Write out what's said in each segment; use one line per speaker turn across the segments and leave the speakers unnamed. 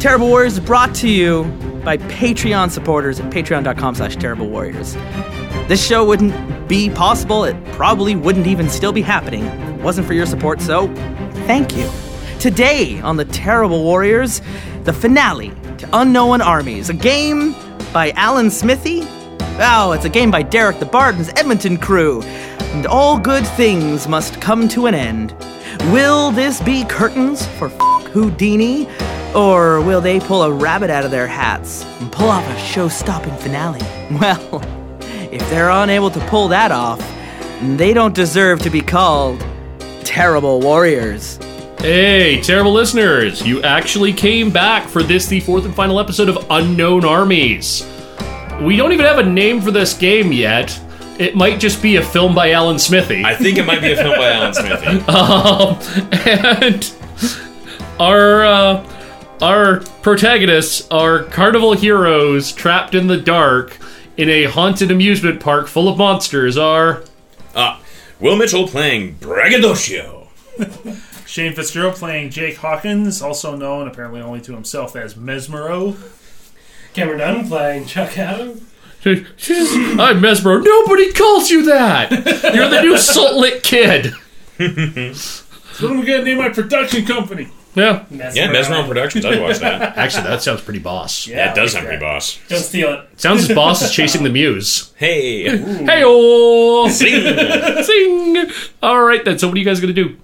Terrible Warriors is brought to you by Patreon supporters at patreon.com slash terrible warriors. This show wouldn't be possible. It probably wouldn't even still be happening. If it wasn't for your support, so thank you. Today on The Terrible Warriors, the finale to Unknown Armies, a game by Alan Smithy. Oh, it's a game by Derek the Bard and his Edmonton crew. And all good things must come to an end. Will this be curtains for f- Houdini? Or will they pull a rabbit out of their hats and pull off a show stopping finale? Well, if they're unable to pull that off, they don't deserve to be called terrible warriors.
Hey, terrible listeners! You actually came back for this, the fourth and final episode of Unknown Armies. We don't even have a name for this game yet. It might just be a film by Alan Smithy.
I think it might be a film by Alan Smithy.
Um, and our uh, our protagonists are carnival heroes trapped in the dark in a haunted amusement park full of monsters. Are
Ah, Will Mitchell playing Braggadocio.
Shane Fitzgerald playing Jake Hawkins, also known apparently only to himself as Mesmero.
Cameron Dunn playing Chuck Adams.
I'm Mesbro. Nobody calls you that. You're the new Salt Lick Kid.
What am I gonna name my production company?
Yeah,
Yeah, Mesmeron Productions. I'd watch that.
actually, that sounds pretty boss.
Yeah, it does sound pretty boss.
Don't steal it.
Sounds as boss is chasing the muse.
Hey, ooh,
Hey oh
Hmm. zing.
sing. Alright then, so what are you guys gonna do?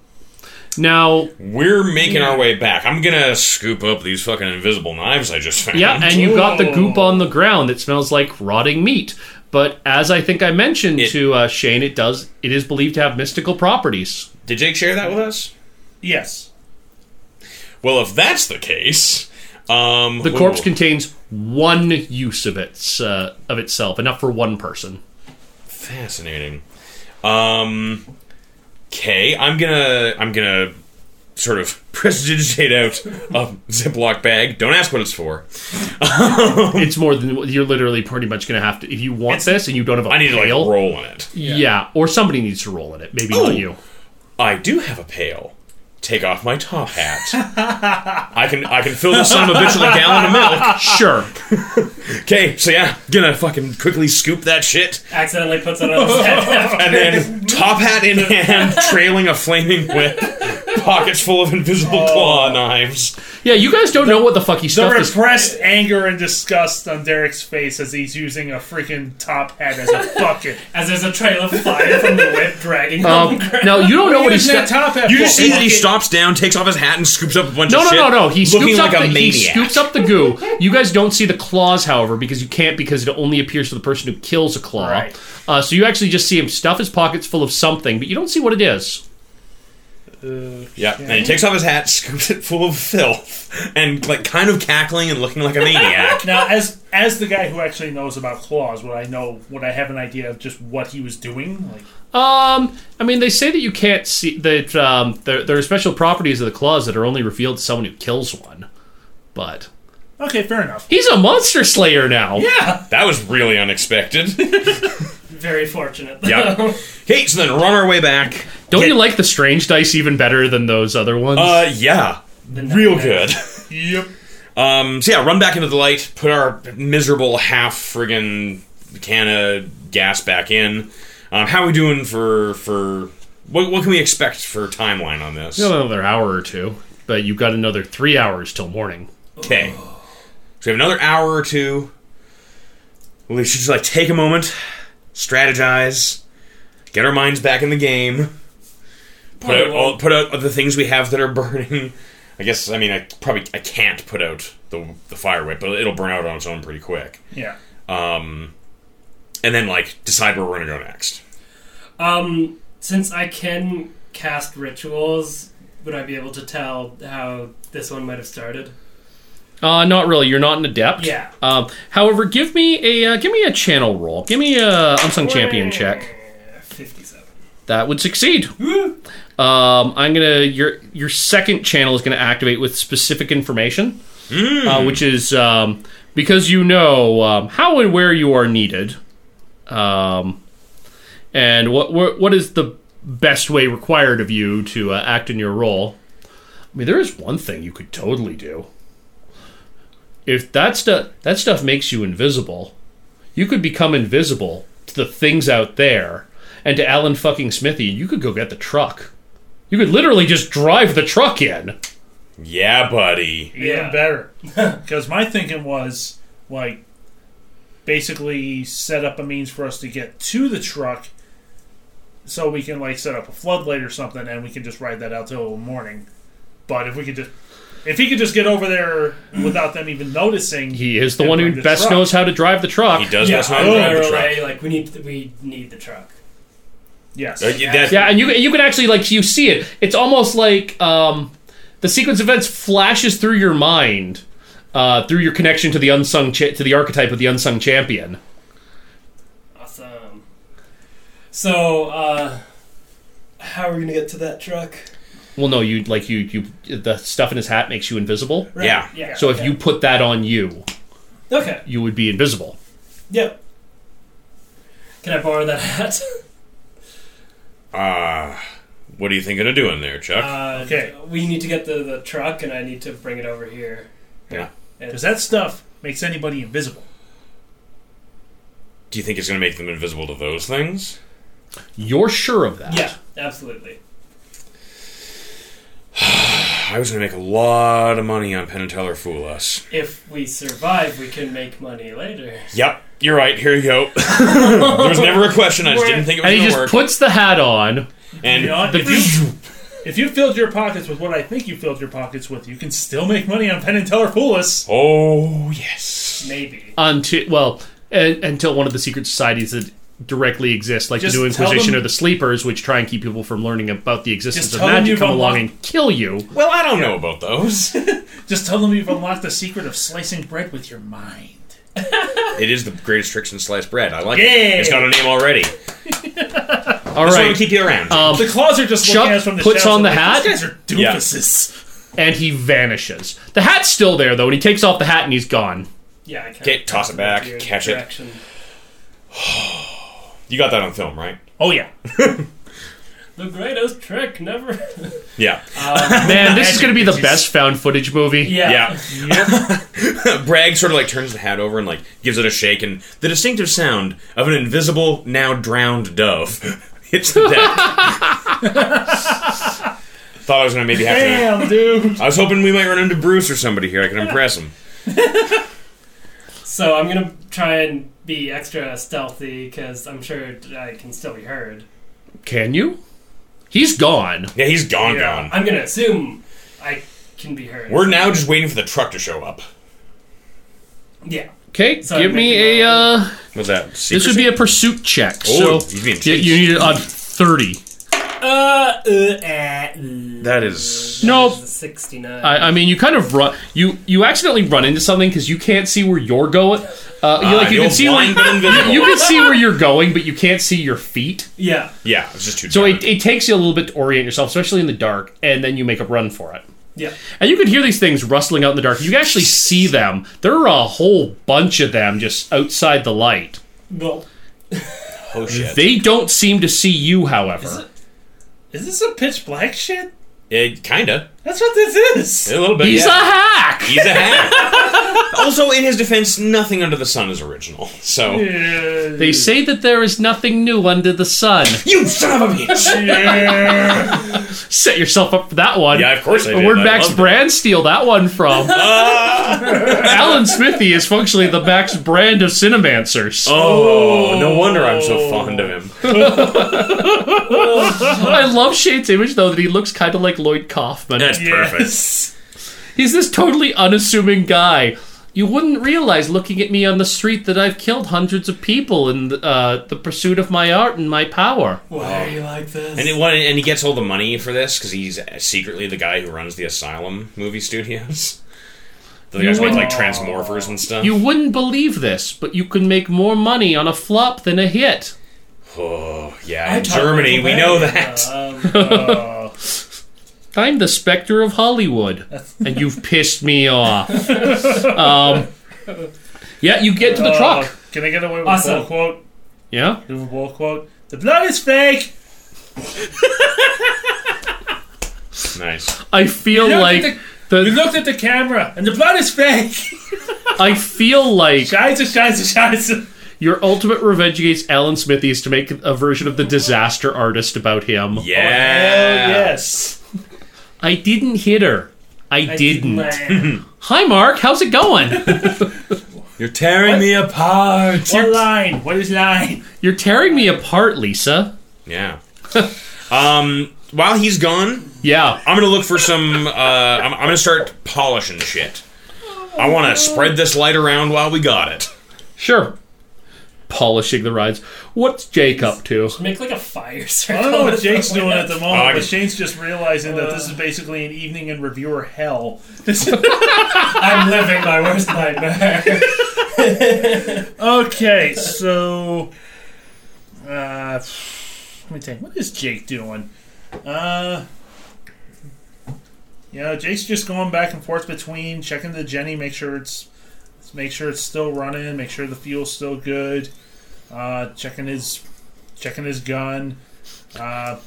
Now
we're making our way back. I'm gonna scoop up these fucking invisible knives I just found.
yeah, and you got the goop on the ground that smells like rotting meat. But as I think I mentioned
It-
to uh, Shane, it does it is believed to have mystical properties.
Did Jake share that with us?
Yes.
Well, if that's the case, um,
The corpse contains one use of its uh, of itself, enough for one person.
Fascinating. Um, okay, I'm gonna I'm gonna sort of prestidigitate out a Ziploc bag. Don't ask what it's for.
It's more than you're literally pretty much going to have to if you want this and you don't have a
I need to like
pail.
roll on it.
yeah. or somebody needs to roll in it. Maybe
Oh.
not you.
I do have a pail. Take off my top hat. I can I can fill this son of a bitch with a gallon of milk.
Sure.
Okay, so yeah, gonna fucking quickly scoop that shit,
Accidentally puts it on his head.
and then top hat in hand, trailing a flaming whip, pockets full of invisible claw knives.
Yeah, you guys don't know what the fuck he
The
stuffed this
repressed anger and disgust on Derek's face as he's using a freaking top hat as a bucket.
As there's a trail of fire from the whip dragging
Um,
him.
now you don't know what he
Using that
stuffed.
top hat.
You
for?
just see that he
Bucket.
stops down, takes off his hat, and scoops up a bunch
No,
of
no,
shit.
no, no. He
looking
scoops,
like
up
a
the, he
maniac.
scoops up the goo. You guys don't see the claws, however, because you can't because it only appears to the person who kills a claw.
Right.
Uh, so you actually just see him stuff his pockets full of something, but you don't see what it is.
Yeah, and he takes off his hat, scoops it full of filth, and like kind of cackling and looking like a maniac.
Now, as as the guy who actually knows about claws, would I know? Would I have an idea of just what he was doing? Like,
Um, I mean, they say that you can't see that um, there, there are special properties of the claws that are only revealed to someone who kills one. But
okay, fair enough.
he's a monster slayer now. Yeah.
That was really unexpected.
Very fortunate.
Yeah. Okay, so then run our way back.
Don't you like the strange dice even better than those other ones?
Uh, yeah, real good.
Yep.
Um, so yeah, run back into the light, put our miserable half friggin' can of gas back in. Um, how are we doing for for what, what can we expect for timeline on this?
another hour or two, but you've got another three hours till morning.
Okay, so we have another hour or two. We should just like take a moment, strategize, get our minds back in the game, put out all, put out the things we have that are burning. I guess I mean I probably I can't put out the the fire whip, but it'll burn out on its own pretty quick.
Yeah.
and then like decide where we're gonna go next.
Um, since I can cast rituals, would I be able to tell how this one might have started?
Uh, not really. You're not an adept.
Yeah.
Um, however, give me a uh, give me a channel roll. Give me a unsung champion check.
Fifty-seven.
That would succeed. Um, I'm gonna your your second channel is gonna activate with specific information, uh, which is um, because you know um, how and where you are needed, um, and what, what what is the best way required of you to uh, act in your role. I mean, there is one thing you could totally do. if that stuff that stuff makes you invisible, you could become invisible to the things out there and to Alan fucking Smithy. You could go get the truck. You could literally just drive the truck in.
Yeah, buddy.
Even
Yeah.
better. Because my thinking was, like, basically set up a means for us to get to the truck so we can, like, set up a floodlight or something and we can just ride that out till morning. But if we could just. If he could just get over there without them even noticing,
He is the
and
one
ride
who
the
best
truck.
knows how to drive the truck.
He does
yeah, Oh.
know how
I
to drive
remember,
the truck.
like, like we need we need the truck.
Yes,
Uh, yeah, that's-
Yeah, and you you can actually like you see it. It's almost like um, the sequence of events flashes through your mind uh, through your connection to the unsung cha- to the archetype of the unsung champion.
Awesome. So, uh, how are we gonna get to that truck?
Well, no, you like you you the stuff in his hat makes you invisible.
Right.
Yeah.
Yeah.
So if
okay.
you put that on you,
okay,
you would be invisible.
yep. Can I borrow that hat?
Uh, what are you thinking of doing there, Chuck?
Uh,
Okay.
We need to get the, the truck, and I need to bring it over here.
Yeah.
And-
because that stuff makes anybody invisible.
Do you think it's going to make them invisible to those things?
You're sure of that.
yeah, absolutely.
I was going to make a lot of money on Penn and Teller Fool Us.
If we survive, we can make money later.
Yep, you're right. Here you go. there was never a question. I just didn't think it was
And he
going
just
to work.
puts the hat on.
and
You know,
The
if, you, if you filled your pockets with what I think you filled your pockets with, you can still make money on Penn and Teller Fool Us.
oh yes,
Maybe.
until well and, until one of the secret societies that directly exist, like
Just
the New
tell
Inquisition
them-
or the Sleepers, which try and keep people from learning about the existence
Just
of
tell them
magic,
you've
come along
unlocked-
and kill you.
Well, I don't know about those. it
Just tell them you've unlocked the secret of slicing bread with your mind.
is the greatest trick since sliced bread. I like it.
Yay!
It's got a name already.
All
So I'm
right, Um,
going to keep you around.
The claws are just
Chuck
looking at us from the
puts
shadows
on the
like,
hat.
These guys are
Yeah.
doofuses.
and he vanishes. The hat's still there though, and he takes off the hat and he's gone.
Yeah, I can.
Okay, toss it back, catch it. you got that on film, right?
Oh yeah,
The greatest trick never.
Yeah.
Man, this is gonna be the best found footage movie.
yeah.
yeah. Bragg sort of like turns the hat over and like gives it a shake, and the distinctive sound of an invisible, now drowned dove hits the deck. Thought I was gonna maybe have to.
damn dude.
I was hoping we might run into Bruce or somebody here. I could impress him.
So I'm gonna try and be extra stealthy because I'm sure I can still be heard.
Can you? He's gone.
Yeah, he's gone,
Yeah.
gone.
I'm gonna assume I can be heard.
We're now just waiting for the truck to show up.
yeah.
Okay,
So
give
I'm
me
making
a.
a-
Uh,
Was that secret?
this would be a pursuit check.
Oh,
so
he's being
you,
chased.
you need it on thirty.
Uh, uh, Oh. uh,
that is
Nope.
Sixty-nine.
I, I mean, you kind of run. You you accidentally run into something because you can't see where you're going. Uh, you, like you
Ah, you're
can see where
blind but invisible.
you can see where you're going, but you can't see your feet.
yeah.
yeah, it's just too.
So
dark.
it, it takes you a little bit to orient yourself, especially in the dark, and then you make a run for it.
Yeah.
And you can hear these things rustling out in the dark. You can actually see them. There are a whole bunch of them just outside the light.
Well,
oh shit.
They don't seem to see you, however.
Is this a pitch black shit?
Yeah, kinda.
That's what this is.
A little bit.
He's
yeah.
a hack.
He's a hack. also, in his defense, nothing under the sun is original. So
They say that there is nothing new under the sun.
you son of a bitch.
Set yourself up for that one.
yeah, of course I did.
Where'd
I
Max
loved Ah!
Brand steal that one from? Alan Smithy is functionally the Max Brand of Cinemancers.
it. Oh, no wonder I'm so fond of him.
I love Shade's image though that he looks kind of like Lloyd Kaufman.
That's perfect.
Yes.
He's this totally unassuming guy. You wouldn't realize looking at me on the street that I've killed hundreds of people in the, uh, the pursuit of my art and my power.
why are you like this?
And, it, well, and he gets all the money for this because he's secretly the guy who runs the Asylum movie studios. The guys make like Transmorphers and stuff.
You wouldn't believe this, but you can make more money on a flop than a hit.
oh yeah,
I
in
talk
Germany,
like
we
a
know
man.
that.
Um,
I'm the specter of Hollywood, and you've pissed me off. Um, yeah, you get to the
Uh,
truck.
Can I get away with
Awesome.
a bull quote?
Yeah,
Do a bull quote. The blood is fake.
Nice.
I feel
don't
like
think
You
The,
looked at the camera, and the blood is fake.
I feel like
Scheiße, scheiße, scheiße.
your ultimate revenge against Alan Smithy is to make a version of the disaster artist about him.
Yeah.
Hell yes.
I didn't hit her. I, didn't.
Land.
Hi, Mark. How's it going?
You're tearing me apart.
What line? What is line?
You're tearing me apart, Lisa.
Yeah. um, while he's gone,
Yeah.
I'm gonna look for some. Uh, I'm, I'm gonna start polishing shit. I want to spread this light around while we got it.
Sure. Polishing the rides. What's Jake up to?
Make like a fire
I
circle.
don't know what Jake's
with the
doing at
wind.
the
Oh, I
moment, but
can-
Shane's just realizing that this is basically an evening in reviewer hell.
I'm living my worst nightmare.
Okay, so uh, let me think. What is Jake doing? Uh, you know, Jake's just going back and forth between checking the Jenny, make sure it's make sure it's still running, make sure the fuel's still good. Uh, checking his checking his gun. Uh,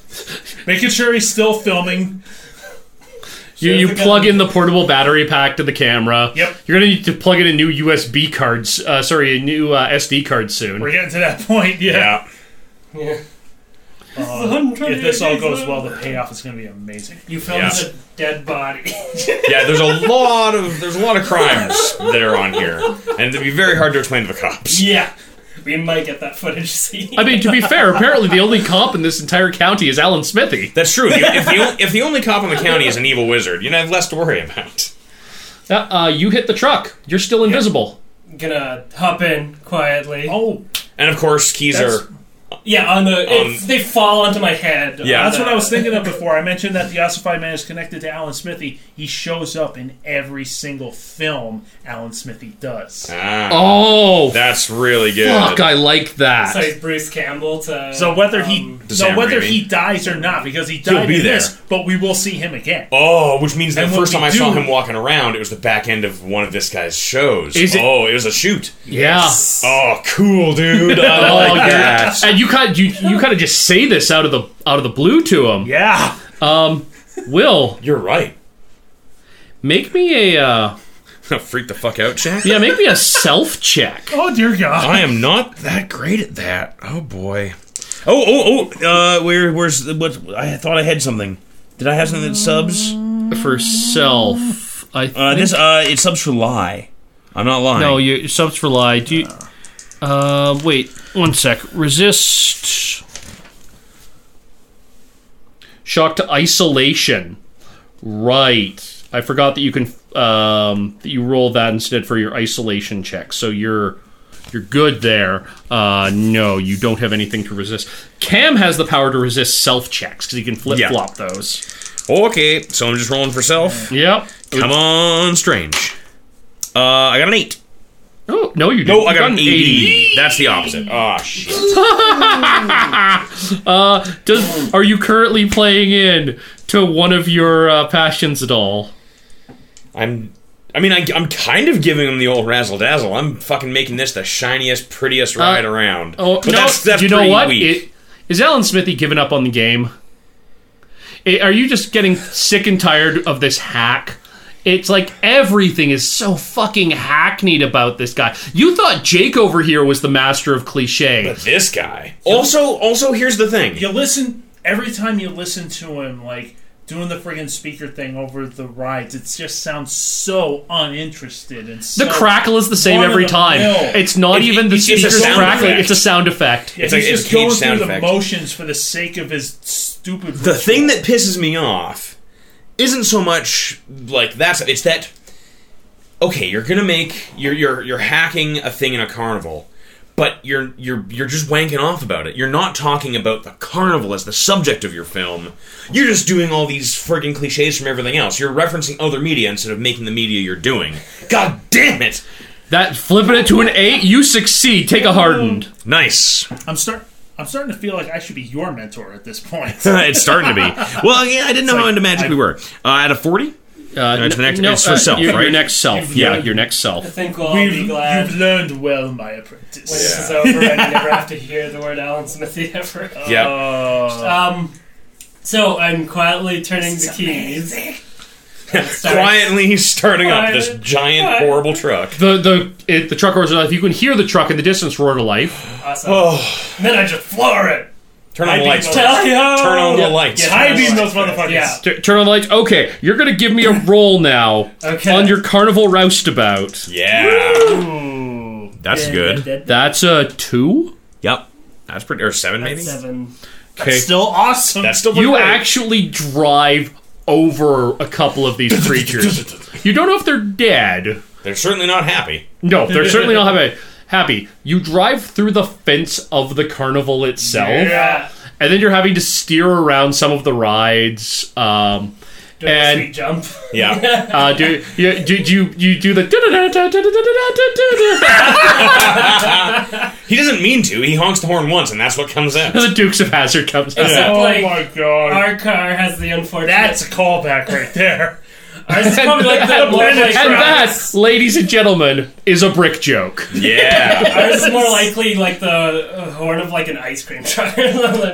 making sure he's still filming.
You, you plug in the portable battery pack to the camera.
Yep.
You're gonna need to plug in a new USB cards. Uh, sorry, a new uh, SD card
We're
soon.
getting to that point. Yeah.
yeah. Uh,
If this all goes well, the payoff is going to be amazing.
you film
Yeah.
a dead body.
Yeah, there's a lot of there's a lot of crimes that are on here, and it'd be very hard to explain to the cops.
yeah, we might get that footage scene.
I mean, to be fair, apparently the only cop in this entire county is Alan Smithy.
That's true. If, you, if, the, on- if the only cop in the county is an evil wizard, you'd have less to worry about.
Uh, uh, you hit the truck. You're still invisible.
gonna hop in quietly.
Oh,
And of course, keys
That's-
are.
Yeah, on the
Um,
it's they fall onto my head.
Yeah.
On
That's
the-
what I was thinking of before. I mentioned that the Ossify Man is connected to Alan Smithy. He shows up in every single film Alan Smithy does.
Ah,
Oh,
that's really good.
fuck! I like that.
Sorry, Bruce Campbell to.
So whether he
um,
Sam
so whether
Raimi.
he dies or not, because he died
be
in
there.
this, but we will see him again.
Oh, which means the
And what
first
we
time I saw
do-
him walking around, it was the back end of one of this guy's shows.
Is it-
oh, it was a shoot.
yeah.
Oh, cool, dude. I
Oh,
like
yeah.
that.
And you kind of, you, you kind of just say this out of the out of the blue to him.
Yeah.
Will
You're right.
make me a uh,
Freak the fuck out, Jack.
yeah, make me a self check.
Oh dear God.
I am not that great at that. Oh boy. Oh oh oh. Uh, where where's the- what? I thought I had something. Did I have something that subs?
for self. I think.
Uh, this uh, it subs for lie. I'm not lying.
Mm-hmm. no, you subs for lie. Do you, uh, wait one sec. Resist shock to isolation. Right. I forgot that you can um, that you roll that instead for your isolation check. So you're you're good there. Uh, no, you don't have anything to resist. Cam has the power to resist self checks because he can flip flop those.
Okay, so I'm just rolling for self.
Yep.
Come on, strange. Uh, I got an eight.
Oh no, you didn't.
No, I
You
got an
80.
eighty. That's the opposite. Oh shit.
Does, are you currently playing in to one of your uh, passions at all?
I'm. I mean, I, I'm kind of giving him the old razzle dazzle. I'm fucking making this the shiniest, prettiest ride
Uh,
around.
Oh
but
no!
that's, that's
you know
pretty
what?
Weak.
It- Is Alan Smithy giving up on the game? I- are you just getting sick and tired of this hack? It's like everything is so fucking hackneyed about this guy. You thought Jake over here was the master of cliche.
this guy. Also, also here's the thing.
You listen every time you listen to him, like doing the friggin' speaker thing over the rides. It just sounds so uninterested and so
The crackle is the same
Run of
every
the
time.
mill.
It's not
It-
even
it-
the
it's a
speakers
sound
crackling,
effect.
it's a sound effect.
It's
He's
like it's
just
cage
going through
sound
the
effect.
motions for the sake of his stupid.
the thing that pisses me off isn't so much like that's it's that okay you're gonna make you're you're you're hacking a thing in a carnival but you're you're you're just wanking off about it you're not talking about the carnival as the subject of your film you're just doing all these friggin' cliches from everything else you're referencing other media instead of making the media you're doing god damn it
That flipping it to an eight, you succeed. Take a hardened.
nice
I'm start. I'm starting to feel like I should be your mentor at this point.
it's starting to be well yeah i didn't know how into magic we were uh, at a 40
Uh,
it's the next- it's for
uh,
self,
your,
right?
Your next self.
Yeah.
Yeah, your next
I
self.
think we'll all
We've,
be glad
you've
when
learned well, my apprentice.
this is over and you never have to hear the word Alan Smithy ever.
yeah
Uh,
Um, so I'm quietly turning the keys. and starts-
Quietly starting up
Quiet.
this giant,
Quiet.
horrible truck.
The the it, the truck roars to life. You can hear the truck in the distance roar to life.
Awesome. And then I just floor it.
Oh, Turn on
I
the
beat
lights.
those-
Turn
Tell ya!
on the lights.
Yeah.
I beam those motherfuckers.
Yeah.
T- turn on the lights. Okay, you're gonna give me a roll now
Okay.
on your carnival roustabout.
Yeah.
Ooh.
That's good.
Dead, dead, dead.
That's a two.
Yep. That's pretty, or seven maybe?
Seven.
Okay,
Still awesome.
That's still pretty
you
great.
actually drive over a couple of these creatures. you don't know if they're dead.
They're certainly not happy.
No, they're certainly not happy. Happy. You drive through the fence of the carnival itself,
Yeah.
and then you're having to steer around some of the rides. Um,
Doing
And-
a sweet jump.
Yeah.
uh, do, you, do, do you you do the da-da-da-da-da-da-da-da-da-da.
he doesn't mean to. He honks the horn once, and that's what comes out.
the Dukes of Hazard comes out.
Yeah.
Oh
Like,
my god.
Our car has the unfortunate.
That's a callback right there.
Ours is probably like the
And
more
that-
like
And that,
Travis.
ladies and gentlemen, is a brick joke.
Yeah.
Ours is more likely like the uh, horn of like an ice cream truck.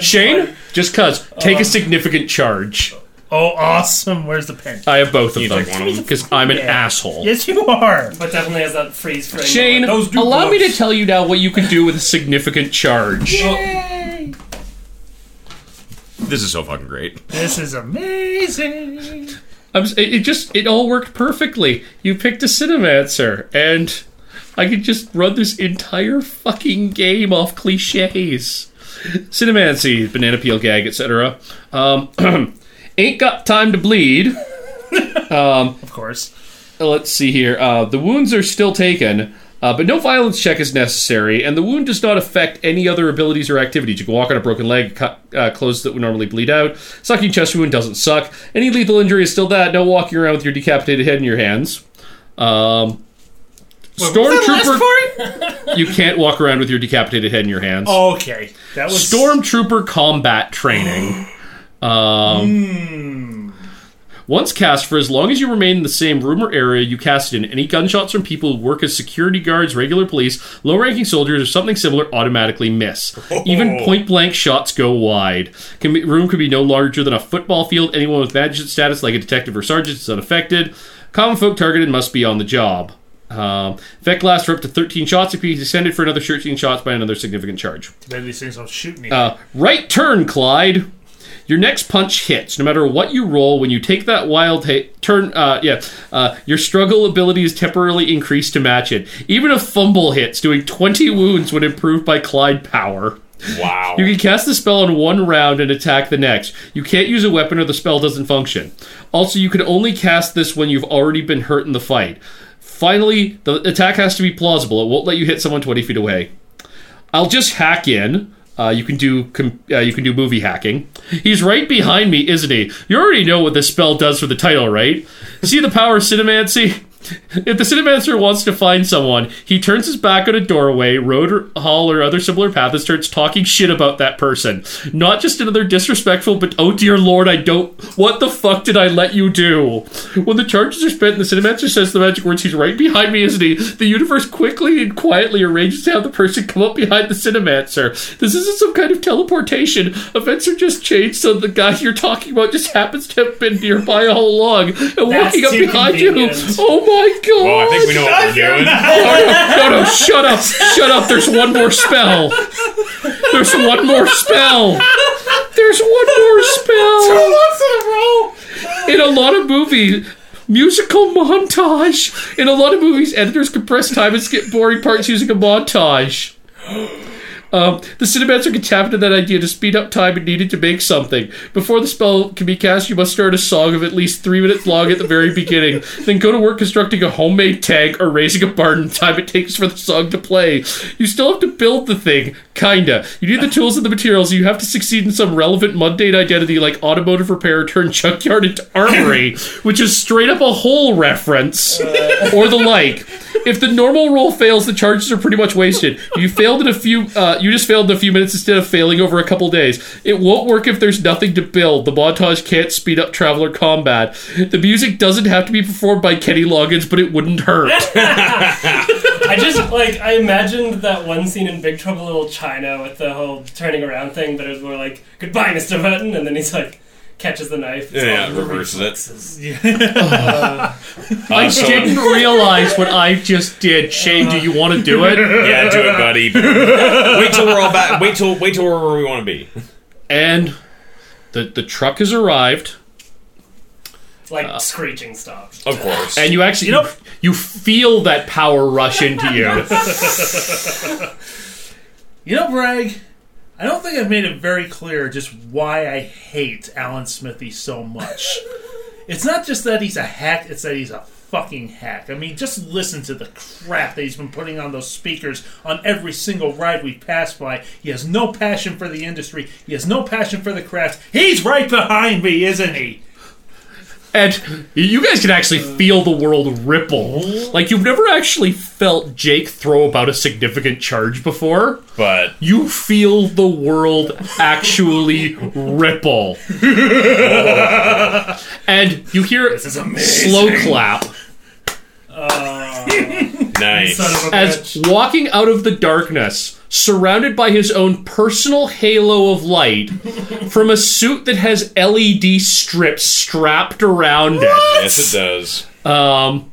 Shane, just cuz, take
Uh,
a significant charge.
Oh, awesome. Where's the pen?
I have both of
You
them
take one of them.
because I'm an asshole.
Yes, you are.
But definitely has that freeze frame.
Shane,
moment. Those do
allow
blow.
me to tell you now what you can do with a significant charge.
this is so fucking great.
This is amazing.
I'm, s- it it just it all worked perfectly. You picked a Cinemancer, and I could just run this entire fucking game off cliches. Cinemancy, banana peel gag, etc. Um, ain't got time to bleed.
Of course.
Let's see here. Uh, the wounds are still taken, uh, but no violence check is necessary, and the wound does not affect any other abilities or activities. You can walk on a broken leg, cut uh, clothes that would normally bleed out. Sucking chest wound doesn't suck. Any lethal injury is still that. No walking around with your decapitated head in your hands. Um, Stormtrooper. you can't walk around with your decapitated head in your hands.
Oh, Okay. That was
Stormtrooper combat training. Um, Once cast, for as long as you remain in the same room or area you cast it in, any gunshots from people who work as security guards, regular police, low ranking soldiers, or something similar automatically miss. Even point blank shots go wide. Can be, room could be no larger than a football field. Anyone with magistrate status, like a detective or sergeant, is unaffected. Common folk targeted must be on the job. Um, effect lasts for up to 13 shots. It can be extended for another 13 shots by another significant charge.
Maybe these things don't Oh, shoot me.
Uh, right turn, Clyde. Your next punch hits. No matter what you roll, when you take that wild hit, turn. Uh, yeah, uh, your struggle ability is temporarily increased to match it. Even a fumble hits, doing twenty wounds when improved by Clyde power.
Wow.
You can cast the spell on one round and attack the next. You can't use a weapon or the spell doesn't function. Also, you can only cast this when you've already been hurt in the fight. Finally, the attack has to be plausible. It won't let you hit someone 20 feet away. I'll just hack in. Uh, you can do com- uh, you can do movie hacking. He's right behind me, isn't he? You already know what this spell does for the title, right? See the power of cinemancy. If the Cinemancer wants to find someone, he turns his back on a doorway, road, or hall, or other similar path and starts talking shit about that person. Not just another disrespectful, but oh dear lord, I don't. What the fuck did I let you do? When the charges are spent and the Cinemancer says the magic words, he's right behind me, isn't he? The universe quickly and quietly arranges to have the person come up behind the Cinemancer. This isn't some kind of teleportation. Events are just changed so the guy you're talking about just happens to have been nearby all along and walking up
too
behind you.
convenient.
Oh my god!
well, I think we know what we're doing.
No, no, shut up, shut up. There's one more spell. There's one more spell. There's one more spell. In a lot of movies, musical montage. In a lot of movies, editors compress time and skip boring parts using a montage. Um, the Cinemancer can tap into that idea to speed up time and needed to make something. Before the spell can be cast, you must start a song of at least three minutes long at the very beginning. then go to work constructing a homemade tank or raising a barn in the time it takes for the song to play. You still have to build the thing, kinda. You need the tools and the materials. You have to succeed in some relevant mundane identity like automotive repair turned junkyard into armory, which is straight up a whole reference or the like. If the normal roll fails, the charges are pretty much wasted. You failed in a few. Uh, you just failed in a few minutes instead of failing over a couple days. It won't work if there's nothing to build. The montage can't speed up traveler combat. The music doesn't have to be performed by Kenny Loggins, but it wouldn't hurt.
I just like I imagined that one scene in Big Trouble in Little China with the whole turning around thing, but it was more like goodbye, Mr. Button, and then he's like, catches the knife. It's
Yeah,
all
reverses it.
reflexes.
I
Uh, so-
didn't realize what I just did. Shane, do you want to do it?
Yeah, do it, buddy. wait till we're all back. Wait till wait till we're where we want to be.
And the the truck has arrived,
Like
Uh.
screeching stops.
Of course.
and you actually you, you feel that power rush into you.
You know, Bragg, I don't think I've made it very clear just why I hate Alan Smithy so much. it's not just that he's a hack, it's that he's a fucking hack. I mean, just listen to the crap that he's been putting on those speakers on every single ride we pass by. He has no passion for the industry, he has no passion for the craft. He's right behind me, isn't he?
and you guys can actually feel the world ripple. Like you've never actually felt Jake throw about a significant charge before.
but
You feel the world actually ripple. and you hear
This is amazing.
slow clap.
nice.
Son of a
as
bitch.
walking out of the darkness, surrounded by his own personal halo of light from a suit that has LED strips strapped around
Yes, it does.
it. Um,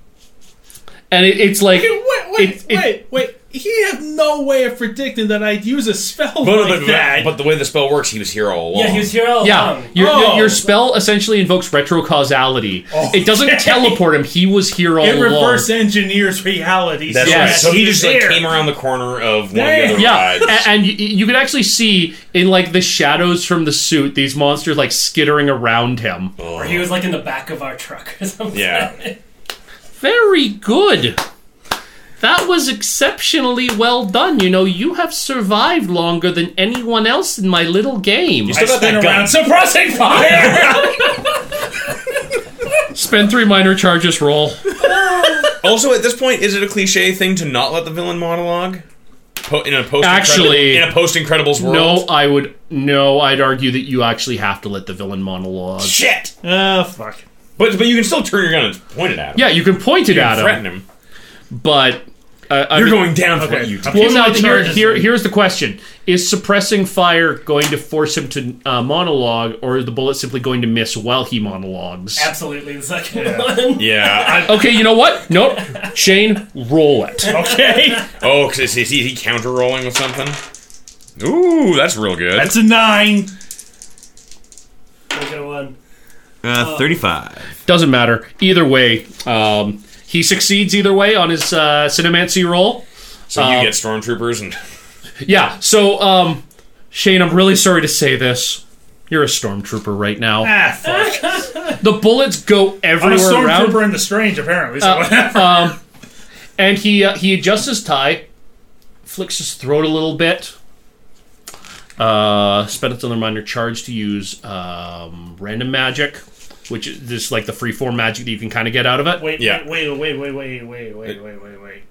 and it, it's like
Wait, wait,
It- it-
wait, wait. He had no way of predicting that I'd use a spell
But,
like
but,
that.
but, the way the spell works, he was here all along.
Yeah, he was here all
yeah,
along.
your, your,
Oh.
your spell essentially invokes retrocausality. it doesn't
Okay.
teleport him; he was here all
it
along.
reverse engineers reality.
That's
Yes.
right. So he just like,
here.
came around the corner of one of
Damn.
the other
Yeah,
rides.
a- and you, you can actually see in like the shadows from the suit these monsters like skittering around him.
Or he was like in the back of our truck or something.
Yeah.
Very good. That was exceptionally well done. You know, you have survived longer than anyone else in my little game.
Still got that gun.
suppressing fire.
Spend three minor charges roll.
Also, at this point, is it a cliche thing to not let the villain monologue? Po- in a post
Actually-
in a post Incredibles world.
No, I would no, I'd argue that you actually have to let the villain monologue.
shit.
oh fuck!
But but you can still turn your gun and point it at him.
Yeah, you can point it at
and threaten
him,
him.
but uh, I
You're
mean-
going down for what you did.
Well, now
my
here,
charges
here,
then.
here's the question: Is suppressing fire going to force him to uh, monologue, or is the bullet simply going to miss while he monologues?
Absolutely the second one.
Yeah.
Okay, you know what? Nope. Shane, roll it.
Okay,
oh, because is he, is he counter rolling with something? Ooh, that's real good.
that's a nine.
Look at one.
uh, thirty-five.
Doesn't matter. Either way, um, he succeeds either way on his uh, Cinemancy roll.
So you get stormtroopers and
Yeah, so, um, Shane, I'm really sorry to say this. You're a stormtrooper right now.
Ah, fuck.
The bullets go
I'm a
everywhere around.
stormtrooper in the strange, apparently.
Oh.
So whatever.
And he uh, he adjusts his tie, flicks his throat a little bit. Uh, spends another minor charge to use um, random magic, which is just like the freeform magic that you can kind of get out of it.
wait,
yeah.
wait, wait, wait, wait, wait, wait, wait, wait, wait.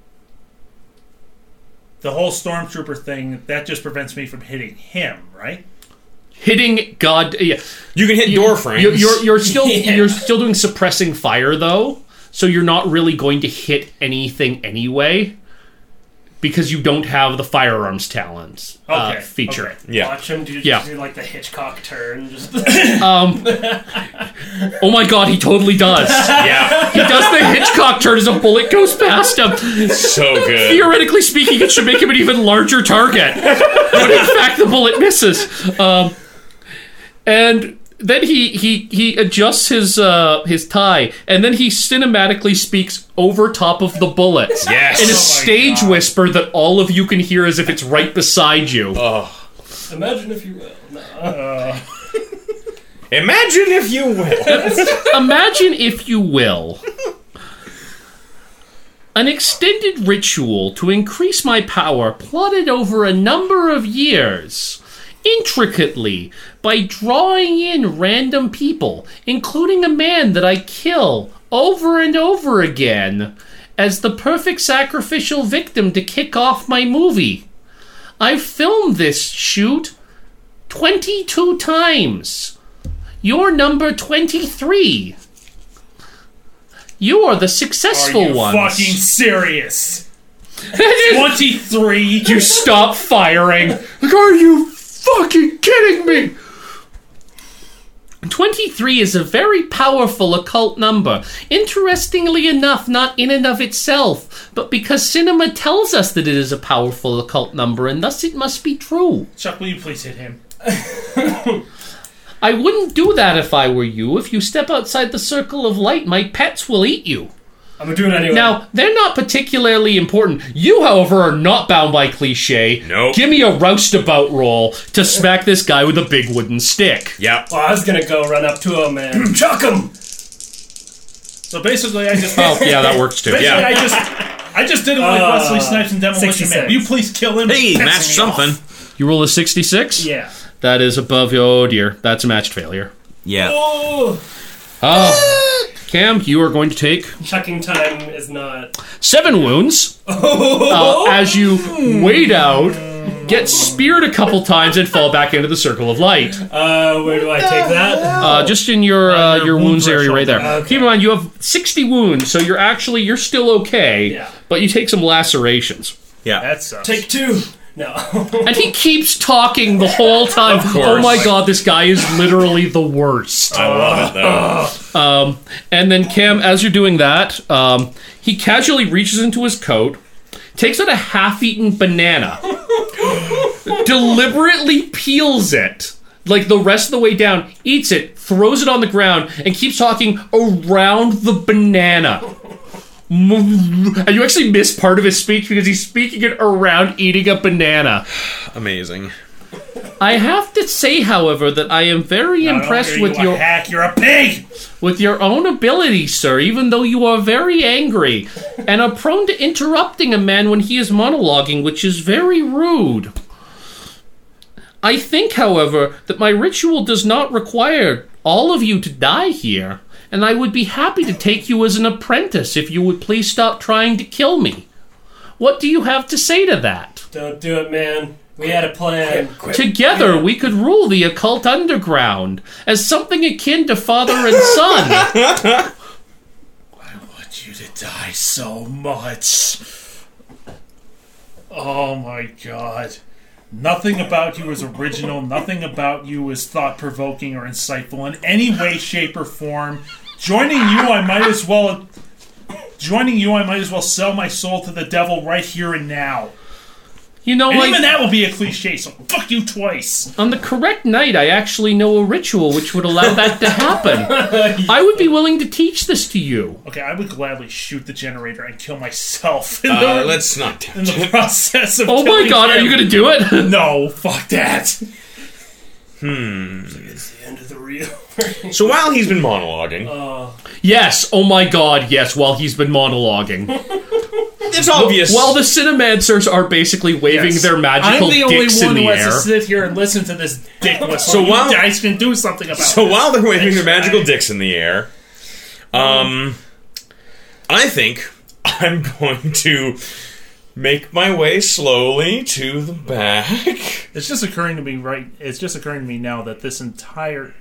The whole stormtrooper thing that just prevents me from hitting him, right?
Hitting God, uh, yeah.
you can hit door frames.
You're, you're, you're still you're still doing suppressing fire though, so you're not really going to hit anything anyway, because you don't have the firearms talent uh,
Okay,
feature.
okay.
yeah.
Watch him do,
Yeah.
do like the Hitchcock turn. Just
Oh my god, he totally does. he
Yeah.
does the Hitchcock turn as a bullet goes past him.
So good.
Theoretically speaking, it should make him an even larger target, but in fact, the bullet misses. Um, and then he he he adjusts his uh, his tie, and then he cinematically speaks over top of the bullets.
Yes.
in a
Oh my
stage whisper that all of you can hear as if it's right beside you.
Oh.
imagine if you will. No.
Imagine if you will.
Imagine, if you will, an extended ritual to increase my power plotted over a number of years, intricately, by drawing in random people, including a man that I kill over and over again, as the perfect sacrificial victim to kick off my movie. I've filmed this shoot 22 times. You're number 23. You are the
Are
successful
you
one.
fucking serious? Twenty-three.
you stop firing. Like, are you fucking kidding me? 23 is a very powerful occult number. Interestingly enough, not in and of itself, but because cinema tells us that it is a powerful occult number and thus it must be true.
Chuck, will you please hit him?
I wouldn't do that if I were you. If you step outside the circle of light, my pets will eat you.
I'm gonna do it anyway.
Now, they're not particularly important. You, however, are not bound by cliche.
Nope.
Give me a roustabout roll to smack this guy with a big wooden stick.
Yep.
Well, I was gonna go run up to him and chuck him.
So basically, I just
Oh, yeah, that works too.
basically
yeah.
I just I just did it like
Uh,
Wesley Snipes and Demolition
66.
Man. Will you please kill him?
Hey,
Pissing me
match something.
off.
You roll a 66?
Yeah.
That is above your. Oh dear, that's a matched failure.
Yeah.
Oh,
Oh. Cam, you are going to take
Chucking time is not.
seven wounds uh, as you wade out, get speared a couple times, and fall back into the circle of light.
Uh, where do I take that?
Uh, just in your uh, your,
wound
wounds area, right
threshold.
there. Keep in mind you have sixty wounds, so you're actually you're still okay,
Yeah.
but you take some lacerations.
Yeah.
that sucks.
Take two. No.
And he keeps talking the whole time. Oh
course.
my god, this guy is literally the worst. Um,
I love it though.
And then Cam, as you're doing that, um, he casually reaches into his coat, takes out a half-eaten banana, deliberately peels it like the rest of the way down, eats it, throws it on the ground, and keeps talking around the banana. And you actually miss part of his speech because he's speaking it around eating a banana.
Amazing.
I have to say, however, that I am very
I don't
impressed
hear
with
you,
your
a hack. You're a pig.
with your own ability, sir, even though you are very angry and are prone to interrupting a man when he is monologuing, which is very rude. I think, however, that my ritual does not require all of you to die here, and I would be happy to take you as an apprentice if you would please stop trying to kill me. What do you have to say to that?
Don't do it, man. We had a plan.
Together, we could rule the occult underground as something akin to father and son.
want you to die so much. Oh my god. Nothing about you is original. Nothing about you is thought provoking or insightful in any way, shape, or form. Joining you, I might as well. Joining you, I might as well sell my soul to the devil right here and now.
You know,
And
like
even that will be a cliche. So fuck you twice.
On the correct night, I actually know a ritual which would allow that to happen. I would be willing to teach this to you.
Okay, I would gladly shoot the generator and kill myself in,
Uh,
the,
let's not.
in the process of.
Oh my
killing
god, are
him.
you gonna do it?
No, fuck that.
Hmm.
It's the end of the reel.
So while he's been monologuing,
Uh,
yes, oh my god, yes, while he's been monologuing.
it's obvious.
While the Cinemancers are basically waving
Yes.
their magical
I'm the only
dicks
one
in
who
the
has
air.
to sit here and listen to this dickless.
So
so you
while-
guys can do something about
so
it.
while they're waving their magical dicks in the air, um, I think I'm going to make my way slowly to the back.
It's just occurring to me right. It's just occurring to me now that this entire.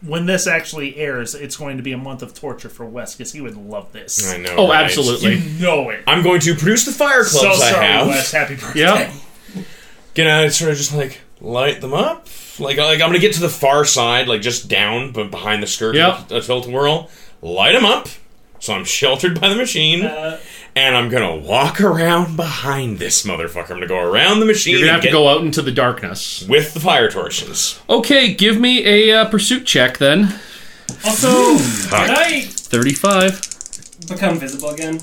When this actually airs, it's going to be a month of torture for Wes because he would love this.
I know.
Oh,
right?
absolutely.
know it.
I'm going to produce the fire
so
clubs I
sorry,
have.
Wes. Happy birthday.
Yeah.
Get out and sort of just like light them up. Like, like I'm gonna get to the far side, like just down, but behind the skirt
Yep.
of the tilt whirl. Light them up, so I'm sheltered by the machine,
Uh.
and I'm gonna walk around behind this motherfucker. I'm gonna go around the machine.
You're gonna have
and
to
get
go out into the darkness.
with the fire torches.
Okay, give me a uh, pursuit check then.
Also,
Fuck.
did I
35.
become visible again?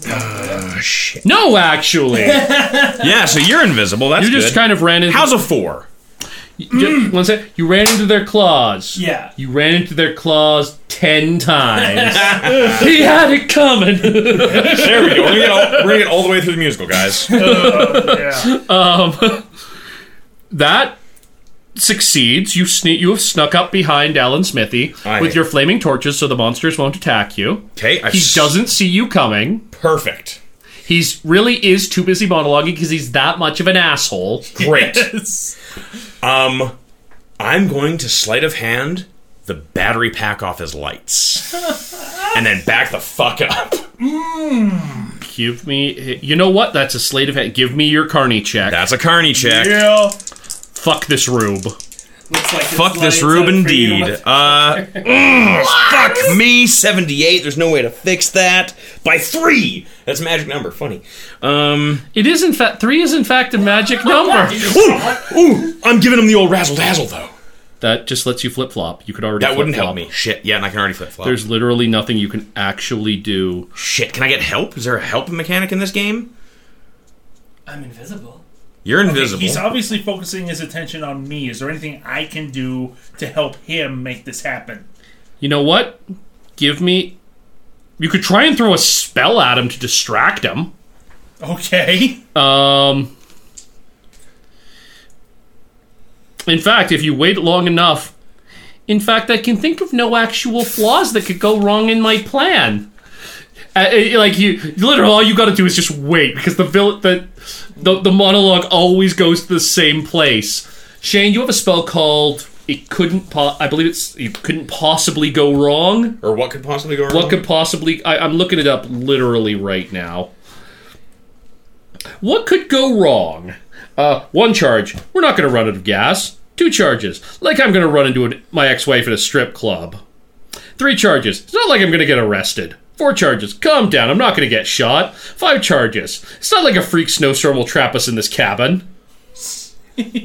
No, actually! you
Yeah, so you're invisible. That's
just kind of ran into.
How's a four?
Ju- one sec. You ran into their claws.
yeah.
You ran into their claws ten times. he had it coming.
There we go. We're gonna, get all, we're gonna get all the way through the musical, guys.
Yeah.
that succeeds. You sne- you have snuck up behind Alan Smithy
I-
with your flaming torches, so the monsters won't attack you.
Okay, I
He doesn't see you coming.
Perfect.
He's really is too busy monologuing because he's that much of an asshole.
Great. Um, I'm going to sleight of hand the battery pack off his lights, and then back the fuck up.
Give me, you know what? That's a slate of hand. Give me your carny check.
That's a carny check.
yeah.
Fuck this rube.
Looks like it's
Fuck this
lights
rube
out for you.
indeed. Uh, mm, fuck me, 78. There's no way to fix that. By three! That's a magic number. Funny. Um,
It is in fact three is in fact a magic number.
ooh, ooh, I'm giving him the old razzle dazzle, though.
that just lets you flip flop. You could already
That wouldn't help
flip-flop.
me. Shit, yeah, and I can already flip flop.
There's literally nothing you can actually do.
Shit, can I get help? Is there a help mechanic in this game?
I'm invisible.
You're invisible.
He's obviously focusing his attention on me. Is there anything I can do to help him make this happen?
You know what? Give me. You could try and throw a spell at him to distract him.
Okay.
Um. In fact, if you wait long enough, in fact, I can think of no actual flaws that could go wrong in my plan. Uh, uh, like you, literally, all you got to do is just wait because the vill- the, the the monologue always goes to the same place. Shane, you have a spell called "It Couldn't." Po- I believe it's "It Couldn't Possibly Go Wrong."
or what could possibly go wrong?
What could possibly? I, I'm looking it up literally right now. What could go wrong? Uh, one charge. We're not going to run out of gas. Two charges. Like I'm going to run into an, my ex-wife at a strip club. Three charges. It's not like I'm going to get arrested. Four charges. Calm down. I'm not going to get shot. Five charges. It's not like a freak snowstorm will trap us in this cabin.
now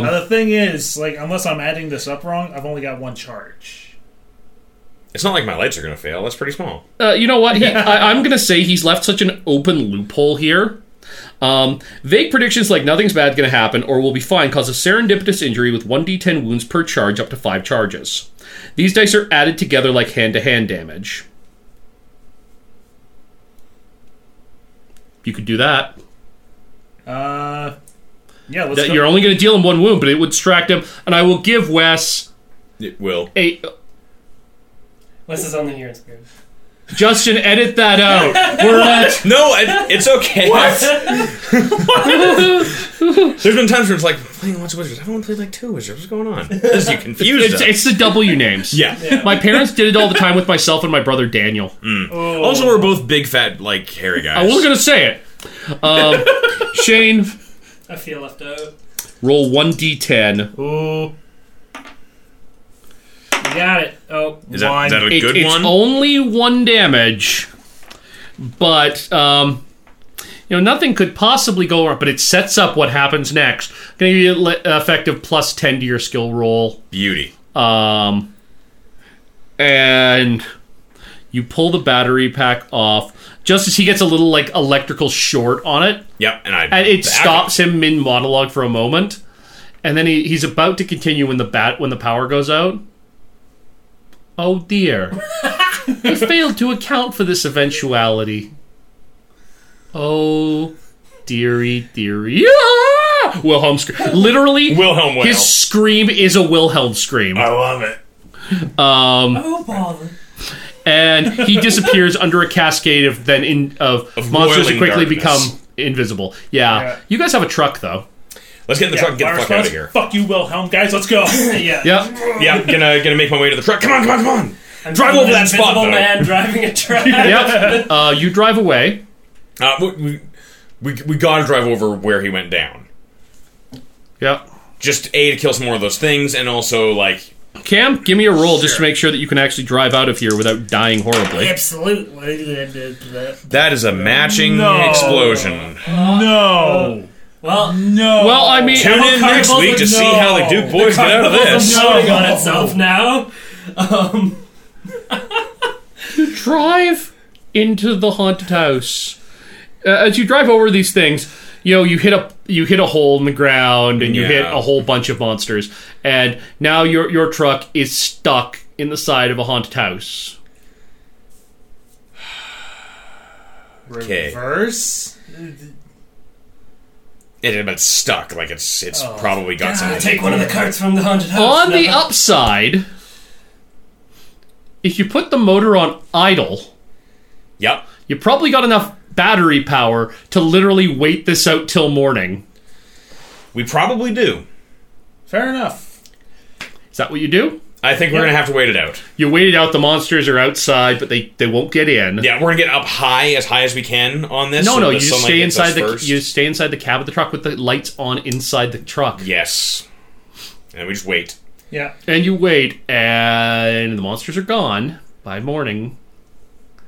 the thing is, like, unless I'm adding this up wrong, I've only got one charge.
it's not like my lights are going to fail. That's pretty small.
Uh, you know what? He, I, I'm going to say he's left such an open loophole here. Um, vague predictions like nothing's bad going to happen or we'll be fine cause a serendipitous injury with 1d10 wounds per charge up to 5 charges. These dice are added together like hand to hand damage. You could do that.
Uh, yeah. Let's
That-
go.
You're only going to deal him one wound, but it would distract him. And I will give Wes
It will.
a.
Wes is only here in spirit.
Justin, edit that out. We're at.
No, I, it's okay. There's been times where it's like, I'm playing lots of wizards. I've only played like two wizards. What's going on? This you confused
It's,
us.
it's the W names.
Yeah.
My parents did it all the time with myself and my brother Daniel.
Also, we're both big, fat, like, hairy
I
guys.
was gonna say it. Um, Shane,
I feel left out.
roll one d10.
Ooh,
You got it. Oh,
Is that, is that a
It-
good
it's
one?
only one damage, but um, you know nothing could possibly go wrong. But it sets up what happens next. Gonna give you an le- effective plus ten to your skill roll.
Beauty.
Um, and you pull the battery pack off just as he gets a little like electrical short on it.
Yep, and I.
and it
back-
stops him mid monologue for a moment, and then he, he's about to continue when the bat when the power goes out. Oh dear! I failed to account for this eventuality. Oh dearie, dearie! Ah! Wilhelm scream. Literally,
Wilhelm wail.
His scream is a Wilhelm scream,
Uh.
I love it.
oh, bother.
and he disappears under a cascade of then in of, monsters who
roiling
quickly
darkness.
become invisible. Yeah.
Yeah.
you guys have a truck though.
Let's get in the truck and get
our
the fuck out
response?
of here.
Fuck you, Wilhelm. Guys, let's go. yeah.
Yep.
Yeah, gonna gonna make my way to the truck. Come on, come on, come on.
I'm
Drive
an
over that spot,
invisible
though.
man driving a truck.
yep. Uh, you drive away.
Uh, we, we, we, we gotta drive over where he went down.
Yep.
Just A, to kill some more of those things, and also, like,
Cam, give me a roll just to make sure that you can actually drive out of here without dying horribly.
Absolutely.
that is a matching
No.
explosion.
No.
Well,
Uh, No.
Well, I mean,
Tune in next
Carnival's
week to
a
see
no.
how the Duke boys get out of this.
no.
floating on itself now. Um,
drive into the haunted house. Uh, as you drive over these things, you know you hit a you hit a hole in the ground and you
Yeah.
hit a whole bunch of monsters, and now your your truck is stuck in the side of a haunted house.
Okay.
Reverse.
It, but it's stuck. Like, it's it's
Oh.
probably got
I'm
something.
gonna take one of the carts from the haunted house.
On the
now.
upside, if you put the motor on idle.
Yep.
You probably got enough battery power to literally wait this out till morning.
We probably do.
Fair enough.
Is that what you do?
I think we're gonna have to wait it out.
You waited out the monsters are outside, but they, they won't get in.
Yeah, we're gonna get up high, as high as we can on this.
No,
so
no,
the
you just
sunlight
stay
hits us
inside the
first.
you stay inside the cab of the truck with the lights on inside the truck.
Yes. and we just wait.
Yeah.
And you wait, and the monsters are gone by morning.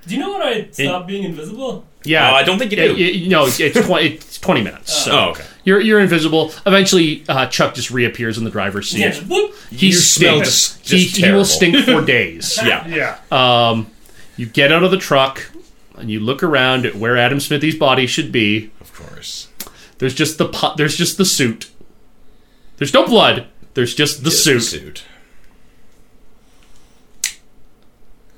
Do you know when I stopped being invisible?
Yeah,
Oh, I don't think you
Yeah,
do.
y- no, it's it's 20, it's 20 minutes. so
Oh, okay.
you're you're invisible. Eventually, uh, Chuck just reappears in the driver's seat.
Yeah. Whoop.
He
You smell
stinks.
just-
he,
just
he will
terrible.
stink for days.
Yeah.
Yeah.
You get out of the truck and you look around at where Adam Smithy's body should be.
Of course.
There's just the po- there's just the suit. There's no blood. There's just the
Yes,
suit.
suit.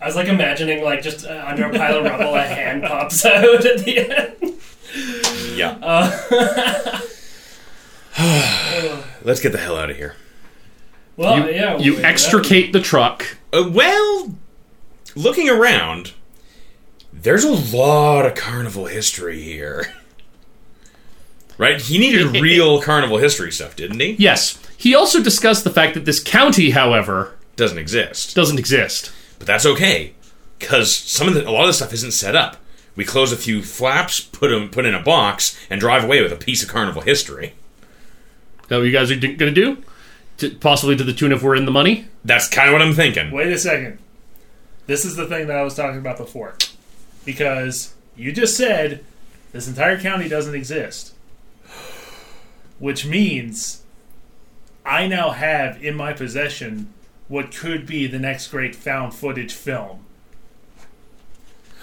I was like imagining like just uh, under a pile of rubble, a hand pops out at the end.
Yeah.
Uh.
Let's get the hell out of here.
Well,
You,
Oh, yeah.
you
well,
extricate the truck.
Uh, well, looking around, there's a lot of carnival history here. Right? He needed real carnival history stuff, didn't he?
Yes. He also discussed the fact that this county, however,
Doesn't exist.
doesn't exist.
But that's okay, because some of the, a lot of the stuff isn't set up. We close a few flaps, put 'em- put in a box, and drive away with a piece of carnival history.
Is that what you guys are d- going to do? To, possibly to the tune of we're in the money.
That's kind of what I'm thinking.
Wait a second. This is the thing that I was talking about before. Because you just said this entire county doesn't exist. Which means I now have in my possession what could be the next great found footage film.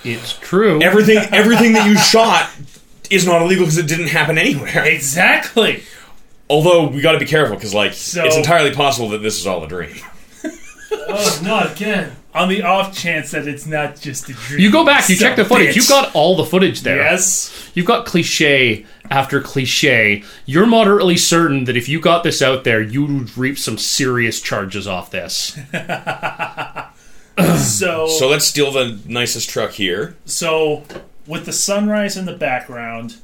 It's true.
Everything everything that you shot is not illegal because it didn't happen anywhere.
Exactly.
Although we got to be careful because like
So-
it's entirely possible that this is all a dream.
Oh, not again.
On the off chance that it's not just a dream.
you go back. You
son
check the
of a
footage.
bitch.
You got all the footage there.
Yes.
You've got cliche after cliche. You're moderately certain that if you got this out there, you would reap some serious charges off this.
So
So let's steal the nicest truck here.
So, with the sunrise in the background,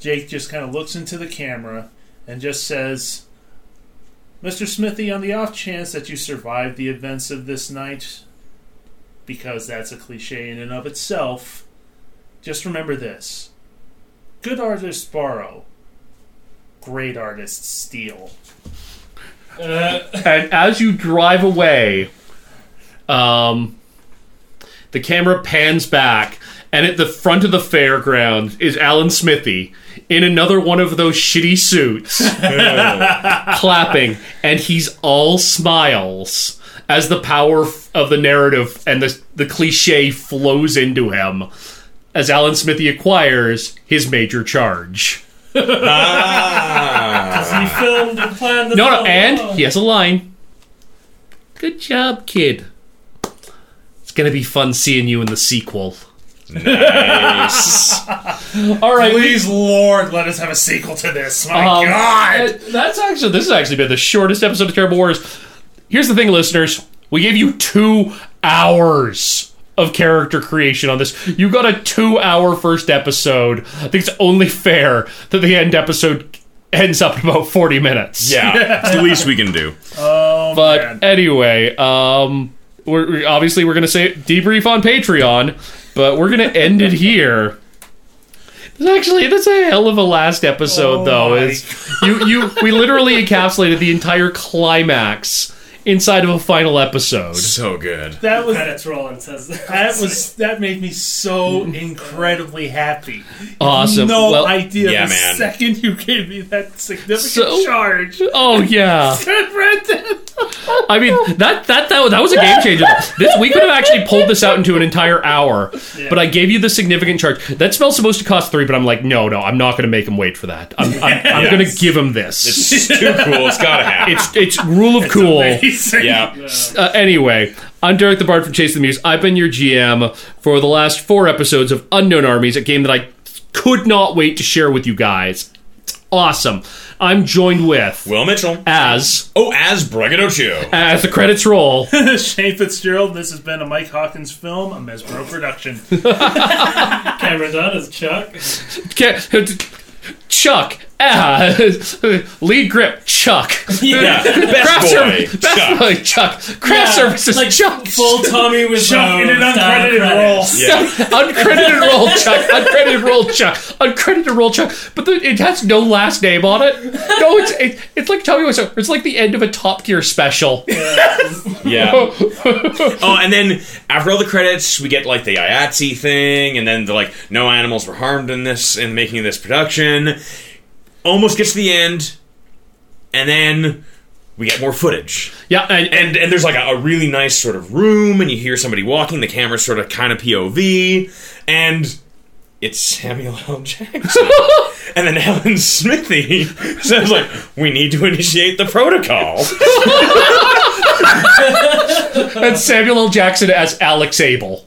Jake just kind of looks into the camera and just says, Mr. Smithy, on the off chance that you survived the events of this night, because that's a cliche in and of itself, just remember this good artists borrow, great artists steal.
and as you drive away, um, the camera pans back, and at the front of the fairground is Alan Smithy in another one of those shitty suits, clapping, and he's all smiles as the power f- of the narrative and the, the cliche flows into him as Alan Smithy acquires his major charge.
He filmed and planned this
No,
all
Oh,
no, and
along.
he has a line. Good job, kid. It's gonna be fun seeing you in the sequel. Nice. All right, we-
Please, Lord, let us have a sequel to this. My
um,
God!
that- that's actually this has actually been the shortest episode of Terrible Wars. Here's the thing, listeners: we gave you two hours of character creation on this. You got a two-hour first episode. I think it's only fair that the end episode ends up in about forty minutes.
Yeah, it's the least we can do.
But
Man.
anyway, um, we're, we obviously we're gonna say debrief on Patreon, but we're gonna end it here. It's actually that's a hell of a last episode, though.
Oh my.
It's you you we literally encapsulated the entire climax inside of a final episode.
So good.
That was
Credits roll and says
That was that made me so incredibly happy.
Awesome.
No
well,
idea.
yeah,
the
man.
second you gave me that significant
So-
charge,
oh yeah.
Brendan.
I mean that that that, was- that was a game changer. This we could have actually pulled this out into an entire hour, but I gave you the significant charge. That spell's supposed to cost three, but I'm like, no, no, I'm not going to make him wait for that. I'm I'm, I'm going to give him this.
It's too cool. It's gotta happen.
It's it's rule of cool.
Amazing.
yeah.
Uh, anyway, I'm Derek the Bard from Chase the Muse. I've been your GM for the last four episodes of Unknown Armies, a game that I could not wait to share with you guys. It's awesome. I'm joined with
Will Mitchell.
as
Oh, as Braggadocio.
as the credits roll.
Shane Fitzgerald. This has been a Mike Hawkins film, a Mesbro production.
Cameron Dunn is Chuck.
Ca- Chuck ah, lead grip, Chuck.
Yeah.
Craft
Best boy,
service, best
Chuck.
boy, Chuck. Craft
Yeah,
services,
like
Chuck.
Full Tommy with
Chuck in an
bones, style
uncredited
Oh, credits.
uncredited
Yeah.
role.
roll, Chuck. Uncredited roll, Chuck. Uncredited roll, Chuck. But the, it has no last name on it. No, it's it, it's like tell me what's it's like the end of a Top Gear special.
Yeah. oh, and then after all the credits, we get like the IATSE thing, and then the like no animals were harmed in this in making this production. Almost gets to the end, and then we get more footage.
Yeah, and, and
And and there's like a, a really nice sort of room, and you hear somebody walking. The camera's sort of kind of POV, and it's Samuel L. Jackson. and then Helen Smithy says like, "We need to initiate the protocol."
and Samuel L. Jackson as Alex Abel.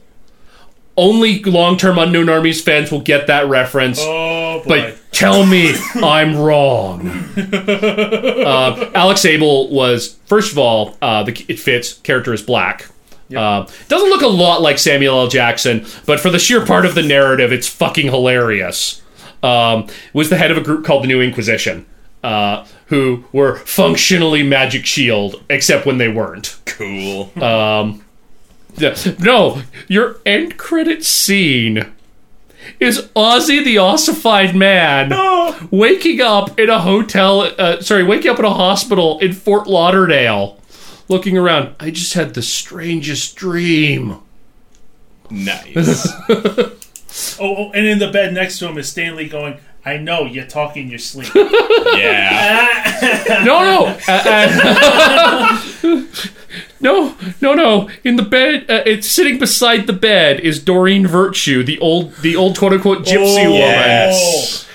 Only long-term Unknown Armies fans will get that reference.
Oh boy.
But tell me I'm wrong. Uh, Alex Abel was first of all, uh, the, it fits character is black. Uh, doesn't look a lot like Samuel L. Jackson, but for the sheer part of the narrative, it's fucking hilarious. Um, was the head of a group called the New Inquisition, uh, who were functionally Magic Shield, except when they weren't.
cool.
Yeah. No, your end credit scene is Ozzy the ossified man waking up in a hotel. Uh, sorry, waking up in a hospital in Fort Lauderdale, looking around. I just had the strangest dream.
nice.
oh, oh, and in the bed next to him is Stanley going, I know, you talk in your sleep.
Yeah.
No, no, uh, uh, no, no, no. In the bed, uh, it's sitting beside the bed is Doreen Virtue, the old, the old quote unquote gypsy
Oh,
woman.
Yes.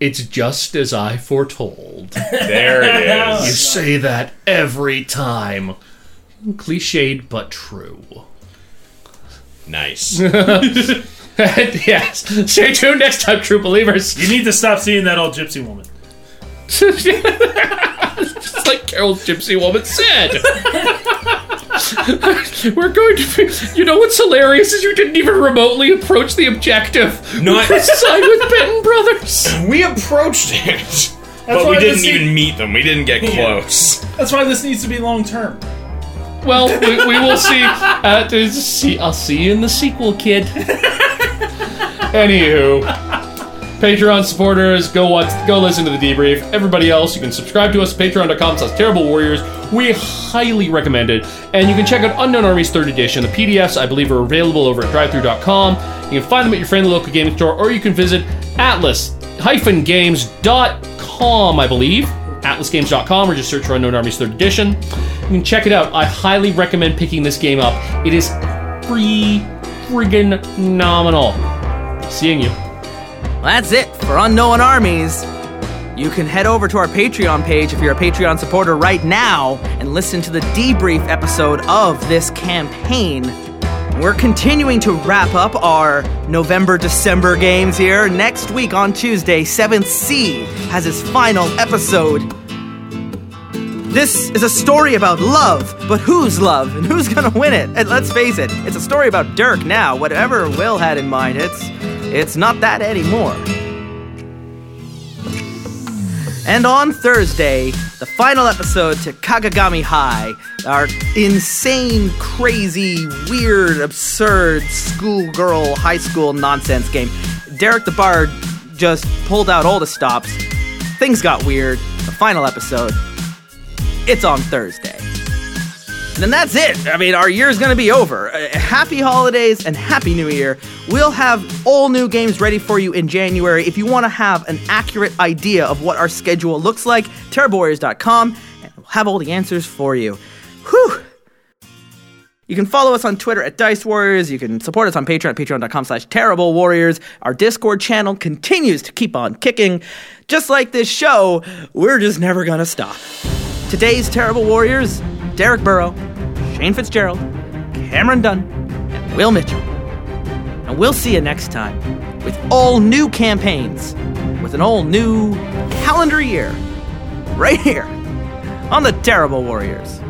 It's just as I foretold.
There it is.
You say that every time. Cliched but true.
Nice.
yes. Stay tuned next time, true believers.
You need to stop seeing that old gypsy woman.
Just like Carol's gypsy woman said. We're going to. Be, you know what's hilarious is you didn't even remotely approach the objective.
No, I-
we side with Benton Brothers.
we approached it,
That's
but we
why
didn't
this need-
even meet them. We didn't get close.
That's why this needs to be long term.
Well, we, we will see. Uh, there's a see. I'll see you in the sequel, kid. Anywho, Patreon supporters, go watch, go listen to the debrief. Everybody else, you can subscribe to us at Patreon.com/slash Terrible Warriors. We highly recommend it, and you can check out Unknown Armies Third Edition. The PDFs, I believe, are available over at DriveThru.com. You can find them at your friendly local gaming store, or you can visit Atlas-Games.com, I believe. AtlasGames.com, or just search for Unknown Armies Third Edition. You can check it out. I highly recommend picking this game up. It is free friggin' nominal. Seeing you.
Well, that's it for Unknown Armies. You can head over to our Patreon page if you're a Patreon supporter right now and listen to the debrief episode of this campaign. We're continuing to wrap up our November December games here. Next week on Tuesday, 7th C has its final episode. This is a story about love, but whose love and who's gonna win it? And let's face it, it's a story about Dirk now. Whatever Will had in mind, it's it's not that anymore. And on Thursday, the final episode to Kagagami High, our insane, crazy, weird, absurd schoolgirl high school nonsense game. Derek the Bard just pulled out all the stops. Things got weird. The final episode. It's on Thursday. And then that's it. I mean, our year's going to be over. Uh, happy holidays and happy new year. We'll have all new games ready for you in January. If you want to have an accurate idea of what our schedule looks like, terriblewarriors.com, and we'll have all the answers for you. Whew! You can follow us on Twitter at Dice Warriors. You can support us on Patreon at patreon.com slash terrible warriors. Our Discord channel continues to keep on kicking. Just like this show, we're just never gonna stop. Today's Terrible Warriors, Derek Burrow, Shane Fitzgerald, Cameron Dunn, and Will Mitchell. And we'll see you next time with all new campaigns, with an all new calendar year, right here on the Terrible Warriors.